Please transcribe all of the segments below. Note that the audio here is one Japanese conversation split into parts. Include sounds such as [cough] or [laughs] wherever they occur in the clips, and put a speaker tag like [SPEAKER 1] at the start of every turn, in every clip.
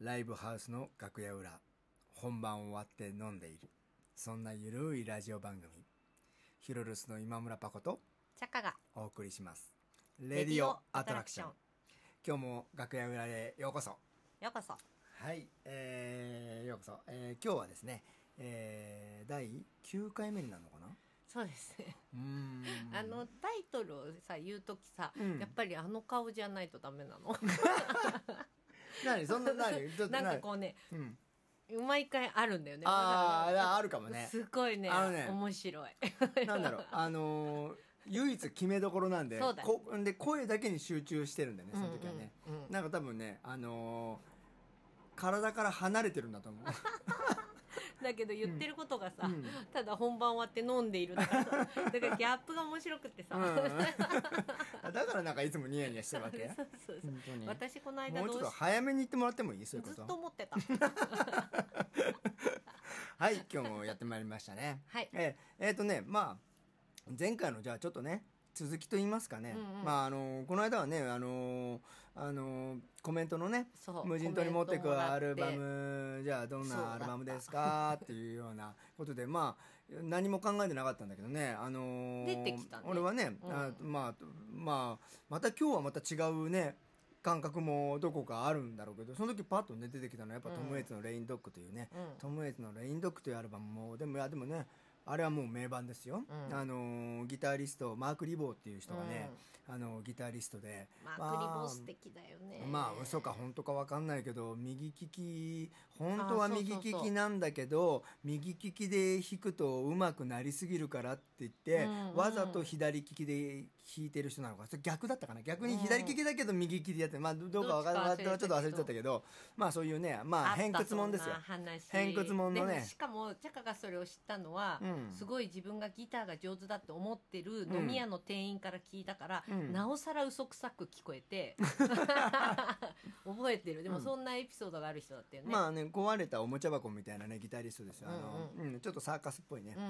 [SPEAKER 1] ライブハウスの楽屋裏、本番終わって飲んでいる。そんなゆるいラジオ番組、ヒロルスの今村パコと
[SPEAKER 2] チャカが
[SPEAKER 1] お送りします。レディオアトラクション。今日も楽屋裏へようこそ。
[SPEAKER 2] ようこそ
[SPEAKER 1] はい、えー、ようこそ。えー、今日はですね、えー、第9回目になるのかな
[SPEAKER 2] そうですね、
[SPEAKER 1] うーん。
[SPEAKER 2] あのタイトルをさ言う時さ、
[SPEAKER 1] うん
[SPEAKER 2] やっぱりあの顔じゃないとダメなの
[SPEAKER 1] なに、そんな、なに、ちょっと
[SPEAKER 2] な
[SPEAKER 1] [laughs]
[SPEAKER 2] ん
[SPEAKER 1] な
[SPEAKER 2] か
[SPEAKER 1] に
[SPEAKER 2] こうね
[SPEAKER 1] うん。
[SPEAKER 2] 毎回あるんだよね
[SPEAKER 1] あ
[SPEAKER 2] まだ
[SPEAKER 1] あ、あるかもね。
[SPEAKER 2] すごいね
[SPEAKER 1] あのね
[SPEAKER 2] 面白
[SPEAKER 1] [laughs]
[SPEAKER 2] い
[SPEAKER 1] なんだろう、あのー唯一決めどころなんで、
[SPEAKER 2] そうだね
[SPEAKER 1] こで声だけに集中してるんだよね、その時はね。
[SPEAKER 2] うんうんうん
[SPEAKER 1] なんか多分ね、あのー体から離れてるんだと思う。
[SPEAKER 2] だけど言ってることがさ、
[SPEAKER 1] うん
[SPEAKER 2] ただ本番終わって飲んでいるだからさだからギャップが面白くてさ、
[SPEAKER 1] うん [laughs] だからなんかいつもニヤニヤしてるわけ
[SPEAKER 2] そうそうそう
[SPEAKER 1] 本当に
[SPEAKER 2] 私この間
[SPEAKER 1] もうち
[SPEAKER 2] ど
[SPEAKER 1] ょっ
[SPEAKER 2] う
[SPEAKER 1] と
[SPEAKER 2] し
[SPEAKER 1] 早めに言ってもらってもいいそういうこ
[SPEAKER 2] ず
[SPEAKER 1] と
[SPEAKER 2] っと思ってた
[SPEAKER 1] はい、今日もやってまいりましたね。
[SPEAKER 2] はい
[SPEAKER 1] えーえーとね、まあ、前回のじゃあちょっとね、続きと言いますかね。
[SPEAKER 2] うんうん
[SPEAKER 1] まあ、あの、この間はね、あの、あの、コメントのね
[SPEAKER 2] そ、う
[SPEAKER 1] 無人島に持って
[SPEAKER 2] コメント
[SPEAKER 1] く
[SPEAKER 2] もらって
[SPEAKER 1] アルバム、じゃあどん
[SPEAKER 2] そうだった
[SPEAKER 1] なアルバムですかっていうようなことで、まあ、何も考えてなかったんだけどね、あの、
[SPEAKER 2] 出てきたね
[SPEAKER 1] 俺はね、あ
[SPEAKER 2] う
[SPEAKER 1] まあ、まあ、また今日はまた違うね、感覚もどこかあるんだろうけど、その時パッとね、出てきたのはやっぱトム・エイツのレインドッグというね、
[SPEAKER 2] うん
[SPEAKER 1] トム・エイツの「レインドッグ」というアルバムもでもいやでもねあれはもう名盤ですよ、
[SPEAKER 2] ん
[SPEAKER 1] あのーギタリストマーク・リボーっていう人がね、あのーギタリストで
[SPEAKER 2] マークリボー素敵だよね
[SPEAKER 1] まあ嘘か本当か分かんないけど右利き本当は
[SPEAKER 2] あそうそう
[SPEAKER 1] 右利きなんだけど右利きで弾くと上手くなりすぎるからって言って、
[SPEAKER 2] うんうん
[SPEAKER 1] わざと左利きで弾いてる人なのかそれ逆だったかな逆に左利きだけど右利きでやってるまあどどうか分かん
[SPEAKER 2] ど
[SPEAKER 1] な
[SPEAKER 2] っ
[SPEAKER 1] い
[SPEAKER 2] ち
[SPEAKER 1] ちょ
[SPEAKER 2] か忘れ
[SPEAKER 1] ったと忘れ
[SPEAKER 2] けど
[SPEAKER 1] ちゃったけどまあそういうねま
[SPEAKER 2] あ
[SPEAKER 1] あ
[SPEAKER 2] った
[SPEAKER 1] 偏屈もんですよ
[SPEAKER 2] そな話
[SPEAKER 1] 偏屈もんのね
[SPEAKER 2] でもしかもチャカがそれを知ったのは、
[SPEAKER 1] うん
[SPEAKER 2] すごい自分がギターが上手だって思ってる飲み屋の店員から聞いたから、
[SPEAKER 1] うん
[SPEAKER 2] なおさら嘘くさく聞こえて
[SPEAKER 1] [laughs]
[SPEAKER 2] 覚えてるでもそんなエピソードがある人だったよね、
[SPEAKER 1] まあね壊れたおもちゃ箱みたいなねギタリストですよあの、
[SPEAKER 2] う
[SPEAKER 1] うんちょっとサーカスっぽいね、
[SPEAKER 2] う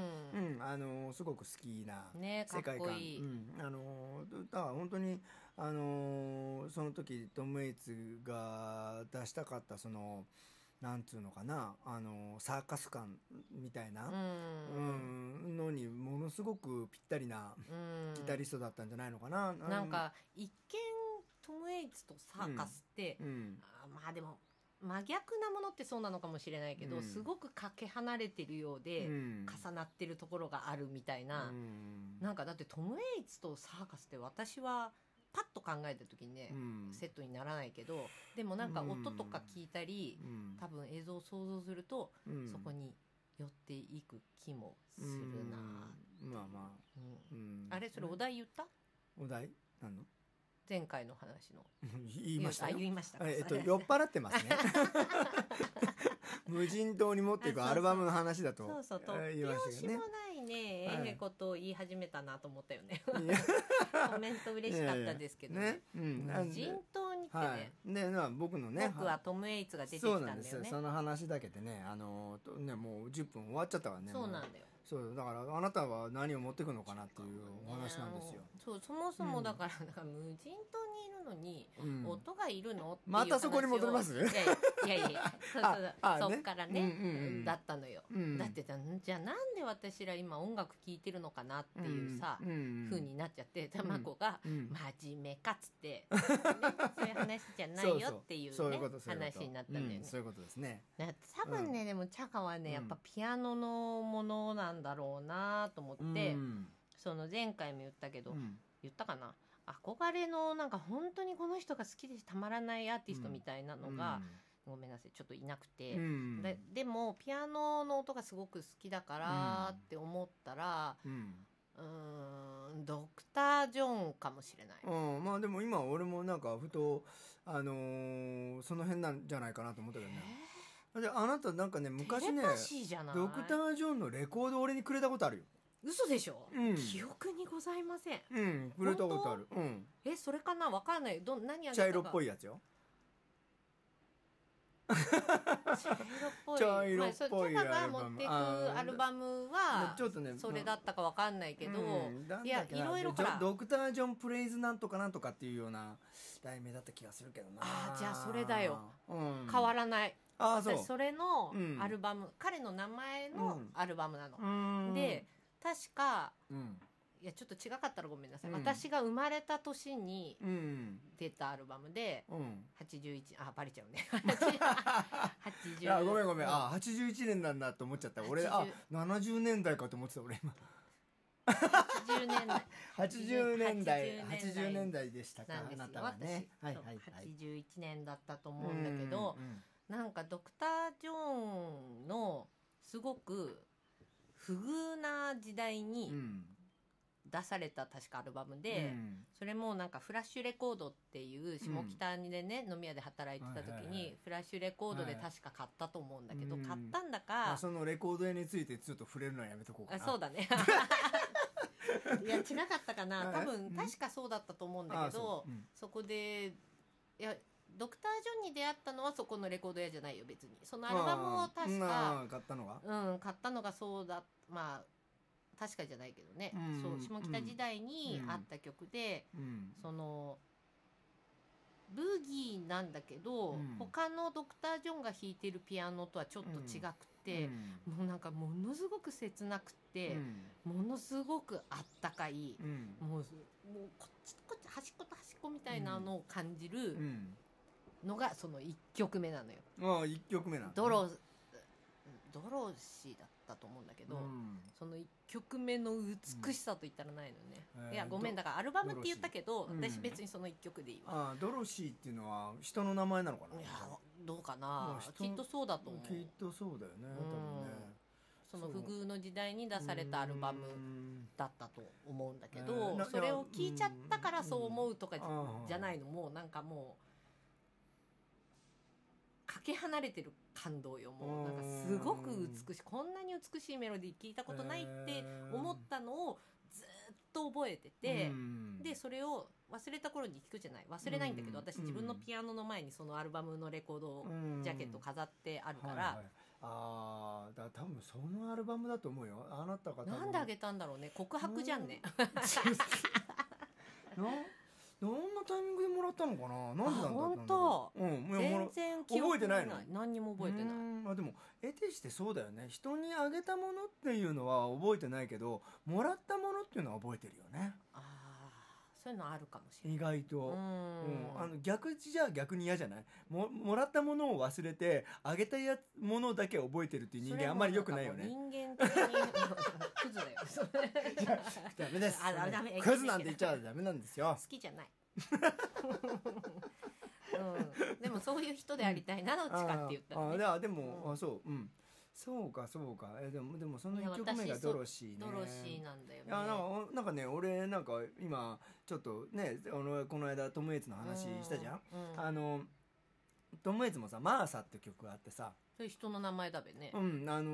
[SPEAKER 2] ん
[SPEAKER 1] うん、あのすごく好きな
[SPEAKER 2] ね
[SPEAKER 1] 世界観、
[SPEAKER 2] かっこいい
[SPEAKER 1] うん、あのだから本当にあのその時トム・エイツが出したかったそのなんつうのかなあのサーカス感みたいな、う
[SPEAKER 2] うん、
[SPEAKER 1] のにものすごくぴったりなんギタリストだったんじゃないのかな、
[SPEAKER 2] なんか一見トム・エイツとサーカスって、
[SPEAKER 1] うん
[SPEAKER 2] あーまあでも真逆なものってそうなのかもしれないけど、
[SPEAKER 1] うん
[SPEAKER 2] すごくかけ離れてるようで、
[SPEAKER 1] うん
[SPEAKER 2] 重なってるところがあるみたいな、
[SPEAKER 1] うん
[SPEAKER 2] なんかだってトム・エイツとサーカスって私はパッと考えた時にね、
[SPEAKER 1] うん
[SPEAKER 2] セットにならないけどでもなんか音とか聞いたり、
[SPEAKER 1] うん
[SPEAKER 2] 多分映像を想像すると、
[SPEAKER 1] うん
[SPEAKER 2] そこに寄っていく気もするな、
[SPEAKER 1] うんまあまあ、
[SPEAKER 2] うん
[SPEAKER 1] うん、
[SPEAKER 2] あれそれお題言った
[SPEAKER 1] お題なの [laughs]
[SPEAKER 2] 前回の話の
[SPEAKER 1] 言いました
[SPEAKER 2] あ
[SPEAKER 1] よ
[SPEAKER 2] 言いましたか
[SPEAKER 1] えっと、
[SPEAKER 2] それ
[SPEAKER 1] 酔っ払ってます
[SPEAKER 2] [laughs]
[SPEAKER 1] ね。無人島に持っていくアルバムの話だと
[SPEAKER 2] そうそう突
[SPEAKER 1] えー言いま
[SPEAKER 2] 拍
[SPEAKER 1] したけ
[SPEAKER 2] 子
[SPEAKER 1] どね
[SPEAKER 2] も。ないね
[SPEAKER 1] はい
[SPEAKER 2] ええことを言い始めたなと思った
[SPEAKER 1] [laughs]
[SPEAKER 2] よね
[SPEAKER 1] いや
[SPEAKER 2] コメント嬉しかったですけど
[SPEAKER 1] いや
[SPEAKER 2] ね
[SPEAKER 1] いやねうんなん
[SPEAKER 2] [laughs] 無
[SPEAKER 1] で
[SPEAKER 2] 人島にってね、
[SPEAKER 1] はい。で、まあ僕のね、
[SPEAKER 2] 僕はトム・エイツが出てきた
[SPEAKER 1] そうん
[SPEAKER 2] だ
[SPEAKER 1] なん
[SPEAKER 2] よね
[SPEAKER 1] ですよ。その話だけでね、あの、とね、もう10分終わっちゃったからね。
[SPEAKER 2] そうな
[SPEAKER 1] も
[SPEAKER 2] んだよ
[SPEAKER 1] そう、だからあなたは何を持ってくのかなっていうお話なんですよ。
[SPEAKER 2] そうそもそもだから、なんか無人島にいるのに、
[SPEAKER 1] うん
[SPEAKER 2] 音がいるのっていう
[SPEAKER 1] またそこに
[SPEAKER 2] 話を
[SPEAKER 1] 戻ります
[SPEAKER 2] いやいやいやいやそうそうそう
[SPEAKER 1] [laughs] ああね
[SPEAKER 2] そっからね、
[SPEAKER 1] うんうんうん
[SPEAKER 2] だったのよ、
[SPEAKER 1] うん
[SPEAKER 2] だってじゃあじゃあなんで私ら今音楽聴いてるのかなっていうさ、
[SPEAKER 1] うんうん
[SPEAKER 2] 風になっちゃって卵が
[SPEAKER 1] うん
[SPEAKER 2] 真面目かっ
[SPEAKER 1] [laughs]
[SPEAKER 2] つって、ねそういう話じゃないよっていう,、ね、
[SPEAKER 1] そうそうそういうことそういうこと
[SPEAKER 2] 話になったんだよね、
[SPEAKER 1] うんそういうことですね。
[SPEAKER 2] ね多分ね、でもチャカはねやっぱピアノのものなんだろうなと思って、
[SPEAKER 1] うん
[SPEAKER 2] その前回も言ったけど、
[SPEAKER 1] うん
[SPEAKER 2] 言ったかな憧れのなんか本当にこの人が好きでたまらないアーティストみたいなのが、ごめんなさいちょっといなく
[SPEAKER 1] う
[SPEAKER 2] て、
[SPEAKER 1] ん、
[SPEAKER 2] ででもピアノの音がすごく好きだからって思ったら、
[SPEAKER 1] うん
[SPEAKER 2] うーんドクター・ジョンかもしれない。
[SPEAKER 1] うん、まあでも今俺もなんかふと、あのーその辺なんじゃないかなと思ったけどね。で、あなたなんかね、昔
[SPEAKER 2] テレ
[SPEAKER 1] ね、
[SPEAKER 2] パシーじゃない
[SPEAKER 1] ドクター・ジョンのレコード俺にくれたことあるよ。
[SPEAKER 2] 嘘でしょ、
[SPEAKER 1] うん
[SPEAKER 2] 記憶にございません。
[SPEAKER 1] うん、くれたことある。うん。
[SPEAKER 2] えそれかなわかんないど何あげたか
[SPEAKER 1] 茶色っぽいやつよ。
[SPEAKER 2] 茶色っぽい
[SPEAKER 1] 茶色っぽい
[SPEAKER 2] まあ、そうキャラ
[SPEAKER 1] アルバ
[SPEAKER 2] が持っ
[SPEAKER 1] ム
[SPEAKER 2] ていく
[SPEAKER 1] あー
[SPEAKER 2] アルバムは
[SPEAKER 1] ちょっとね
[SPEAKER 2] それだったかわかんないけど、
[SPEAKER 1] うんなんだっけない
[SPEAKER 2] やいろいろ
[SPEAKER 1] ジョ
[SPEAKER 2] ほら
[SPEAKER 1] ドクター・ジョン・プレイズなんとかなんとかっていうような題名だった気がするけどな
[SPEAKER 2] あーじゃあそれだよ、
[SPEAKER 1] うん、
[SPEAKER 2] 変わ
[SPEAKER 1] ん
[SPEAKER 2] らない、
[SPEAKER 1] ああそう
[SPEAKER 2] 私それの
[SPEAKER 1] うん
[SPEAKER 2] アルバム、彼の名前
[SPEAKER 1] う
[SPEAKER 2] の
[SPEAKER 1] ん
[SPEAKER 2] アルバムなの
[SPEAKER 1] う、ーん
[SPEAKER 2] で、確か
[SPEAKER 1] うん
[SPEAKER 2] いやちょっと違かったらごめんなさい、
[SPEAKER 1] うん
[SPEAKER 2] 私が生まれた年に
[SPEAKER 1] うん
[SPEAKER 2] 出たアルバムで [laughs]
[SPEAKER 1] うん
[SPEAKER 2] 81あバレちゃ
[SPEAKER 1] [laughs]
[SPEAKER 2] うね
[SPEAKER 1] い
[SPEAKER 2] 80
[SPEAKER 1] やごめんごめん、
[SPEAKER 2] う
[SPEAKER 1] あ81年なんだと思っちゃった俺
[SPEAKER 2] 80
[SPEAKER 1] あ70年代かと思ってた俺今
[SPEAKER 2] 80年代
[SPEAKER 1] 80年代
[SPEAKER 2] 80
[SPEAKER 1] 80年代でしたか
[SPEAKER 2] なんですよ
[SPEAKER 1] あなたはね
[SPEAKER 2] 私、
[SPEAKER 1] はいはいはい
[SPEAKER 2] 81年だったと思うんだけど、なんかドクター・ジョーンのすごく不遇な時代
[SPEAKER 1] うん
[SPEAKER 2] に
[SPEAKER 1] うんうん
[SPEAKER 2] 出された確かアルバムで、
[SPEAKER 1] うん
[SPEAKER 2] それもなんかフラッシュレコードっていう下北にでね、飲み屋で働いて
[SPEAKER 1] は
[SPEAKER 2] た
[SPEAKER 1] い
[SPEAKER 2] 時
[SPEAKER 1] はいは
[SPEAKER 2] に
[SPEAKER 1] い
[SPEAKER 2] フラッシュレコードで確か買ったと思うんだけど、
[SPEAKER 1] うん
[SPEAKER 2] 買ったんだ
[SPEAKER 1] ま
[SPEAKER 2] か
[SPEAKER 1] あ、そのレコード屋についてちょっと触れるのはやめとこうか
[SPEAKER 2] あ
[SPEAKER 1] な
[SPEAKER 2] そう
[SPEAKER 1] [laughs]
[SPEAKER 2] だねいや違かったかな多分
[SPEAKER 1] うん
[SPEAKER 2] 確かそうだったと思うんだ
[SPEAKER 1] あ
[SPEAKER 2] けど
[SPEAKER 1] そううん
[SPEAKER 2] そこでいやドクター・ジョンに出会ったのはそこのレコード屋じゃないよ別にそのアルバムを確
[SPEAKER 1] あ
[SPEAKER 2] か
[SPEAKER 1] あ買ったのは
[SPEAKER 2] うん買ったのがそうだまあ確かじゃないけどね、
[SPEAKER 1] うん
[SPEAKER 2] そう下北時代にあった曲で、
[SPEAKER 1] うん
[SPEAKER 2] そのブギーなんだけど、
[SPEAKER 1] うん
[SPEAKER 2] 他のドクター・ジョンが弾いてるピアノとはちょっと違くて、もうなんかものすごく切なくて。
[SPEAKER 1] うん
[SPEAKER 2] ものすごくあったかい、
[SPEAKER 1] うん
[SPEAKER 2] もうすもうこっちとこっち端っこと端っこみたいなのを感じる
[SPEAKER 1] うん
[SPEAKER 2] のがその1曲目なのよ。
[SPEAKER 1] ああ一曲目なんだね
[SPEAKER 2] ドロドロシーだったと思うんだけど、
[SPEAKER 1] うん
[SPEAKER 2] その1曲目の美しさと言ったらないのね、
[SPEAKER 1] うんえー
[SPEAKER 2] いやごめんだからアルバムって言ったけど
[SPEAKER 1] ドロシー
[SPEAKER 2] 私
[SPEAKER 1] うん
[SPEAKER 2] 別にその1曲でいい
[SPEAKER 1] あ
[SPEAKER 2] わ、
[SPEAKER 1] あドロシーっていうのは人の名前なのかない
[SPEAKER 2] やどうかな
[SPEAKER 1] まあ人
[SPEAKER 2] きっとそうだと思う
[SPEAKER 1] きっとそうだよね多分ね
[SPEAKER 2] その不遇の時代に出されたアルバム
[SPEAKER 1] うん
[SPEAKER 2] だったと思うんだけど、
[SPEAKER 1] うんな
[SPEAKER 2] それを聞いちゃったからそう思うとかじ,、
[SPEAKER 1] うん
[SPEAKER 2] ゃないのもうなんかもうかけ離れてる感動よもうなんかすごく美しいこんなに美しいメロディー聞いたことないって思ったのをずっと覚えてて
[SPEAKER 1] う、ん
[SPEAKER 2] でそれを忘れた頃に聞くじゃない忘れないんだけど、
[SPEAKER 1] うん
[SPEAKER 2] 私自分のピアノの前にそのアルバムのレコードを
[SPEAKER 1] うん
[SPEAKER 2] ジャケット飾ってあるから、
[SPEAKER 1] はいはいあーだ多分そのアルバムだと思うよあなたが多分
[SPEAKER 2] な
[SPEAKER 1] [laughs]
[SPEAKER 2] んであげたんだろうね告白じゃんね。
[SPEAKER 1] などんなタイミングでもらったのかななんでなんだ
[SPEAKER 2] あ本
[SPEAKER 1] 当うんもうもら
[SPEAKER 2] 全然記憶
[SPEAKER 1] 覚えてないの
[SPEAKER 2] 何にも覚えてないう
[SPEAKER 1] ーんあでも得てしてそうだよね人にあげたものっていうのは覚えてないけどもらったものっていうのは覚えてるよね
[SPEAKER 2] ああそういうのあるかもしれない
[SPEAKER 1] 意外と、
[SPEAKER 2] う
[SPEAKER 1] うん
[SPEAKER 2] ん
[SPEAKER 1] あの逆じゃ逆に嫌じゃないももらったものを忘れてあげたやものだけ覚えてるっていう人
[SPEAKER 2] それ
[SPEAKER 1] 間あ
[SPEAKER 2] も
[SPEAKER 1] んまり良くないよね
[SPEAKER 2] んかもう [laughs] 人間的にクズだよそれ
[SPEAKER 1] [laughs] ダメです
[SPEAKER 2] ああダメ
[SPEAKER 1] クズなんて言っちゃダメなんですよ
[SPEAKER 2] [laughs] 好きじゃないうん、でもそういう人でありたいなどっちかって言った
[SPEAKER 1] あーあー
[SPEAKER 2] ら
[SPEAKER 1] で
[SPEAKER 2] ね
[SPEAKER 1] あでも、
[SPEAKER 2] うん
[SPEAKER 1] あそううんそうかそうかえでもでもその
[SPEAKER 2] いや
[SPEAKER 1] 一曲目が
[SPEAKER 2] 私そう
[SPEAKER 1] ドロシーね
[SPEAKER 2] ドロシーなんだよ
[SPEAKER 1] いやなんか
[SPEAKER 2] ね
[SPEAKER 1] おなんかね俺なんか今ちょっとねあのこの間トム・エイツの話したじゃん、
[SPEAKER 2] うん、うん
[SPEAKER 1] あのトム・エイツもさ「マーサ」って曲があってさ、
[SPEAKER 2] そういう人の名前だべね、
[SPEAKER 1] うんあの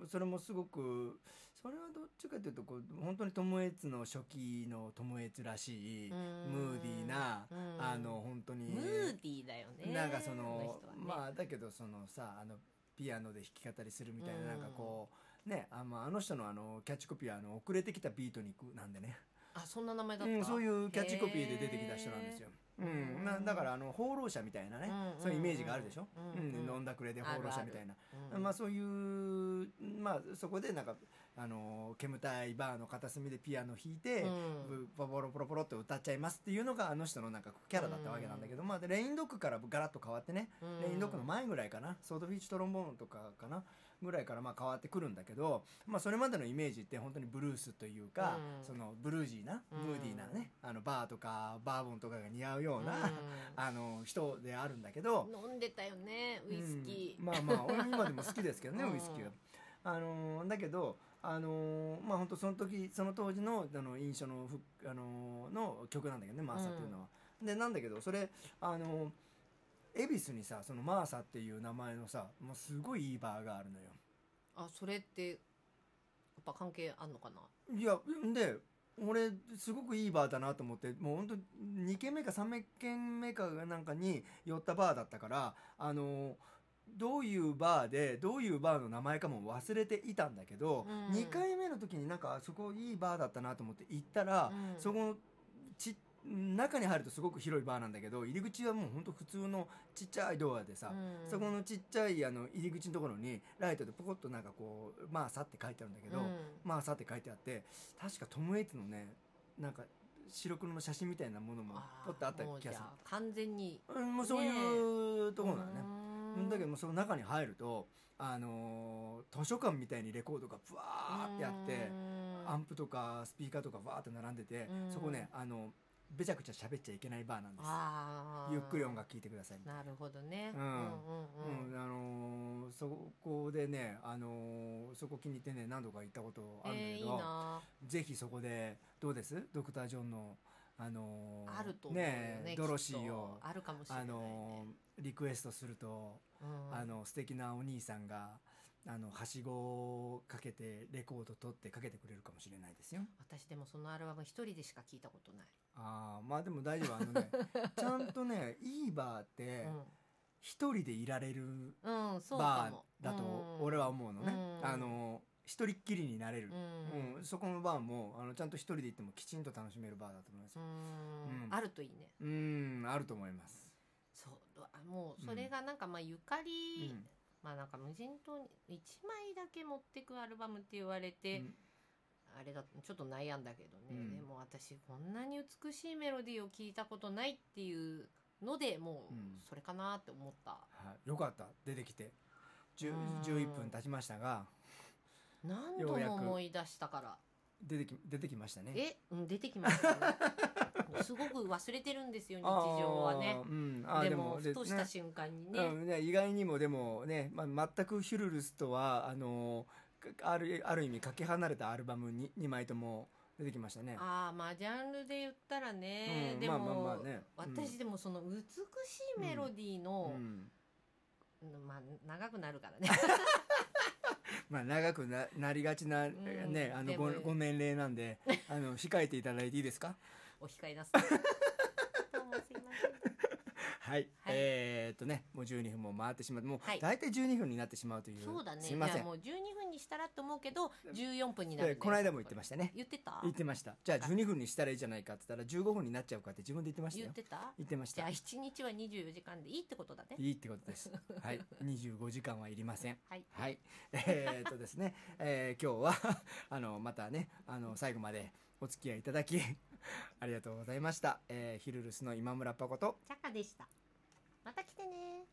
[SPEAKER 1] ーそれもすごくそれはどっちかというとこう本当にトム・エイツの初期のトム・エイツらしい
[SPEAKER 2] うん
[SPEAKER 1] ムーディーな、
[SPEAKER 2] うん
[SPEAKER 1] あの本当に
[SPEAKER 2] ムーディーだよね
[SPEAKER 1] なんかその
[SPEAKER 2] 人はね
[SPEAKER 1] まあだけどそのさあのピアノで弾き語りするみたいな、
[SPEAKER 2] うん
[SPEAKER 1] なんかこうねあのあの人のあのキャッチコピーはあの遅れてきたビートニックなんでね、
[SPEAKER 2] あそんな名前だ
[SPEAKER 1] う
[SPEAKER 2] った、
[SPEAKER 1] ん、そういうキャッチコピーで出てきた人なんですよ。うん、なだからあの放浪者みたいなね、
[SPEAKER 2] うん
[SPEAKER 1] そういうイメージがあるでしょ、
[SPEAKER 2] う
[SPEAKER 1] うんん飲んだくれで放浪者みたいな
[SPEAKER 2] うん
[SPEAKER 1] まあ、そういう、まあ、そこでなんかあの煙たいバーの片隅でピアノ弾いて、
[SPEAKER 2] うん
[SPEAKER 1] ポロポロポロって歌っちゃいますっていうのがあの人のなんかキャラだったわけなんだけど、まあ、でレインドックからガラッと変わってね、
[SPEAKER 2] うん
[SPEAKER 1] レインドックの前ぐらいかなソードフィッチュトロンボーンとかかなぐらいからまあ変わってくるんだけど、まあ、それまでのイメージって本当にブルースというか、
[SPEAKER 2] うん
[SPEAKER 1] そのブルージーな
[SPEAKER 2] うん
[SPEAKER 1] ムーディーなね、あのバーとかバーボンとかが似合うような、
[SPEAKER 2] う
[SPEAKER 1] あの人であるんだけど、
[SPEAKER 2] 飲んでたよねウイスキー、
[SPEAKER 1] うんまあまあ俺今でも好きですけどね
[SPEAKER 2] うん
[SPEAKER 1] ウイスキーは。あのーだけど、あのーまあ本当その時その当時のあの印象のふ、あのーの曲なんだけどね「マーサ」っていうのは。でなんだけどそれあのー恵比寿にさそのマーサっていう名前のさもうすごいいいバーがあるのよ。
[SPEAKER 2] あそれってやっぱ関係あんのかない
[SPEAKER 1] やんで俺すごくいいバーだなと思ってもう本当2軒目か3軒目かなんかに寄ったバーだったからあのどういうバーでどういうバーの名前かも忘れていたんだけど、
[SPEAKER 2] うん
[SPEAKER 1] 2回目の時になんかあそこいいバーだったなと思って行ったら、
[SPEAKER 2] うん
[SPEAKER 1] そこのち中に入るとすごく広いバーなんだけど入り口はもう本当普通のちっちゃいドアでさ、
[SPEAKER 2] うん
[SPEAKER 1] そこのちっちゃいあの入り口のところにライトでポコッとなんかこう「まあさ」って書いてあるんだけど、
[SPEAKER 2] うん
[SPEAKER 1] まあさって書いてあって確かトム・エイツのねなんか白黒の写真みたいなものも
[SPEAKER 2] あー
[SPEAKER 1] 撮ってあった
[SPEAKER 2] もう
[SPEAKER 1] 気
[SPEAKER 2] じゃ
[SPEAKER 1] が
[SPEAKER 2] あ
[SPEAKER 1] す
[SPEAKER 2] 完全に
[SPEAKER 1] るうんもうそういうところだね
[SPEAKER 2] うーん
[SPEAKER 1] だけどもうその中に入るとあのー図書館みたいにレコードがブワーってやって
[SPEAKER 2] うーん
[SPEAKER 1] アンプとかスピーカーとかバーって並んでて
[SPEAKER 2] うん
[SPEAKER 1] そこねあのべちゃくちゃ喋っちゃいけないバーなんです
[SPEAKER 2] あー
[SPEAKER 1] ゆっくり音楽聴いてくださいみたいな
[SPEAKER 2] なるほどね
[SPEAKER 1] う
[SPEAKER 2] うんんうん
[SPEAKER 1] うん、あのーそこでね、あのーそこ気に入ってね何度か行ったこと
[SPEAKER 2] う
[SPEAKER 1] あ
[SPEAKER 2] ん
[SPEAKER 1] るんだ
[SPEAKER 2] えー
[SPEAKER 1] け
[SPEAKER 2] いい
[SPEAKER 1] ど、
[SPEAKER 2] な
[SPEAKER 1] ぜひそこでどうですドクター・ジョンの、あのー
[SPEAKER 2] あると思うよね
[SPEAKER 1] え
[SPEAKER 2] きっと
[SPEAKER 1] ドロシーを、
[SPEAKER 2] あるかもしれな
[SPEAKER 1] あ
[SPEAKER 2] いね
[SPEAKER 1] のーリクエストすると、
[SPEAKER 2] うん
[SPEAKER 1] あの素敵なお兄さんがあのはしごをかけてレコード取ってかけてくれるかもしれないですよ。
[SPEAKER 2] 私でもそのアルバム一人でしか聞いたことない
[SPEAKER 1] あーまあでも大丈夫あの
[SPEAKER 2] [laughs]
[SPEAKER 1] ねちゃんとねいいバーって一人でいられる
[SPEAKER 2] うんうんそうか
[SPEAKER 1] バ
[SPEAKER 2] も
[SPEAKER 1] ーだと俺は思うのね、
[SPEAKER 2] うん
[SPEAKER 1] あの一人っきりになれる
[SPEAKER 2] う、ん
[SPEAKER 1] うんそこのバーもあのちゃんと一人で行ってもきちんと楽しめるバーだと思います
[SPEAKER 2] う
[SPEAKER 1] よ
[SPEAKER 2] ん
[SPEAKER 1] うん
[SPEAKER 2] あるといいね
[SPEAKER 1] うんあると思います
[SPEAKER 2] そうあもうそれがなんかまあゆかり
[SPEAKER 1] うん
[SPEAKER 2] まあなんか無人島に1枚だけ持ってくアルバムって言われて、
[SPEAKER 1] うん
[SPEAKER 2] あれだちょっと悩んだけどね、
[SPEAKER 1] うん
[SPEAKER 2] でも私こんなに美しいメロディーを聞いたことないっていうのでも
[SPEAKER 1] うん
[SPEAKER 2] うそれかなって思った、
[SPEAKER 1] はい、よかった出てきて10
[SPEAKER 2] うん
[SPEAKER 1] 11分経ちましたが
[SPEAKER 2] 何
[SPEAKER 1] よ
[SPEAKER 2] 度
[SPEAKER 1] うやく
[SPEAKER 2] も思い出したから
[SPEAKER 1] 出てき出てきましたね
[SPEAKER 2] え、うん、出てきました
[SPEAKER 1] [laughs]
[SPEAKER 2] ねすごく忘れてるんですよ日常はね
[SPEAKER 1] あーうん、あー
[SPEAKER 2] でも
[SPEAKER 1] で
[SPEAKER 2] ふとした瞬間にね
[SPEAKER 1] うん、ね意外にもでもね、まあ、全くヒュルルスとはあのかあるある意味かけ離れたアルバムに2枚とも出てきましたね
[SPEAKER 2] ああまあジャンルで言ったらね、
[SPEAKER 1] うん
[SPEAKER 2] でも、
[SPEAKER 1] まあまあまあねうん
[SPEAKER 2] 私でもその美しいメロディー
[SPEAKER 1] う
[SPEAKER 2] の、
[SPEAKER 1] ん、
[SPEAKER 2] うんまあ長くなるからね
[SPEAKER 1] [laughs] まあ長くななりがちな、
[SPEAKER 2] ん
[SPEAKER 1] ねあのご
[SPEAKER 2] でも
[SPEAKER 1] ご年齢なん
[SPEAKER 2] [laughs]
[SPEAKER 1] であの控えていただいていいですか
[SPEAKER 2] お控えなさいどうもすいません
[SPEAKER 1] はい、えーっとねもう12分も回ってしまってもう
[SPEAKER 2] はい
[SPEAKER 1] 大体12分になってしまうという、
[SPEAKER 2] [laughs] そうだね。
[SPEAKER 1] すいませ
[SPEAKER 2] じゃあ
[SPEAKER 1] ん
[SPEAKER 2] もう12分にしたらと思うけど、14分になる、
[SPEAKER 1] で
[SPEAKER 2] ね。
[SPEAKER 1] この間も言ってま
[SPEAKER 2] し
[SPEAKER 1] したね
[SPEAKER 2] 言ってた
[SPEAKER 1] 言ってましたじゃあ12分にしたらいいじゃないかって言ったら15分になっちゃうかって自分で言ってました
[SPEAKER 2] 言
[SPEAKER 1] よ
[SPEAKER 2] ってた
[SPEAKER 1] 言ってまし
[SPEAKER 2] じゃ
[SPEAKER 1] た
[SPEAKER 2] あ1日は24時間でいいってことだね。
[SPEAKER 1] いいってこと
[SPEAKER 2] [laughs]
[SPEAKER 1] ですはい25時間はいりません
[SPEAKER 2] はい。 [laughs]
[SPEAKER 1] はい、えーっとですね、えー今日は [laughs] あのまたねあの最後までお付き合いいただきありがとうございました、えーヒルルスの今村パコと
[SPEAKER 2] チャカでした。また来てね。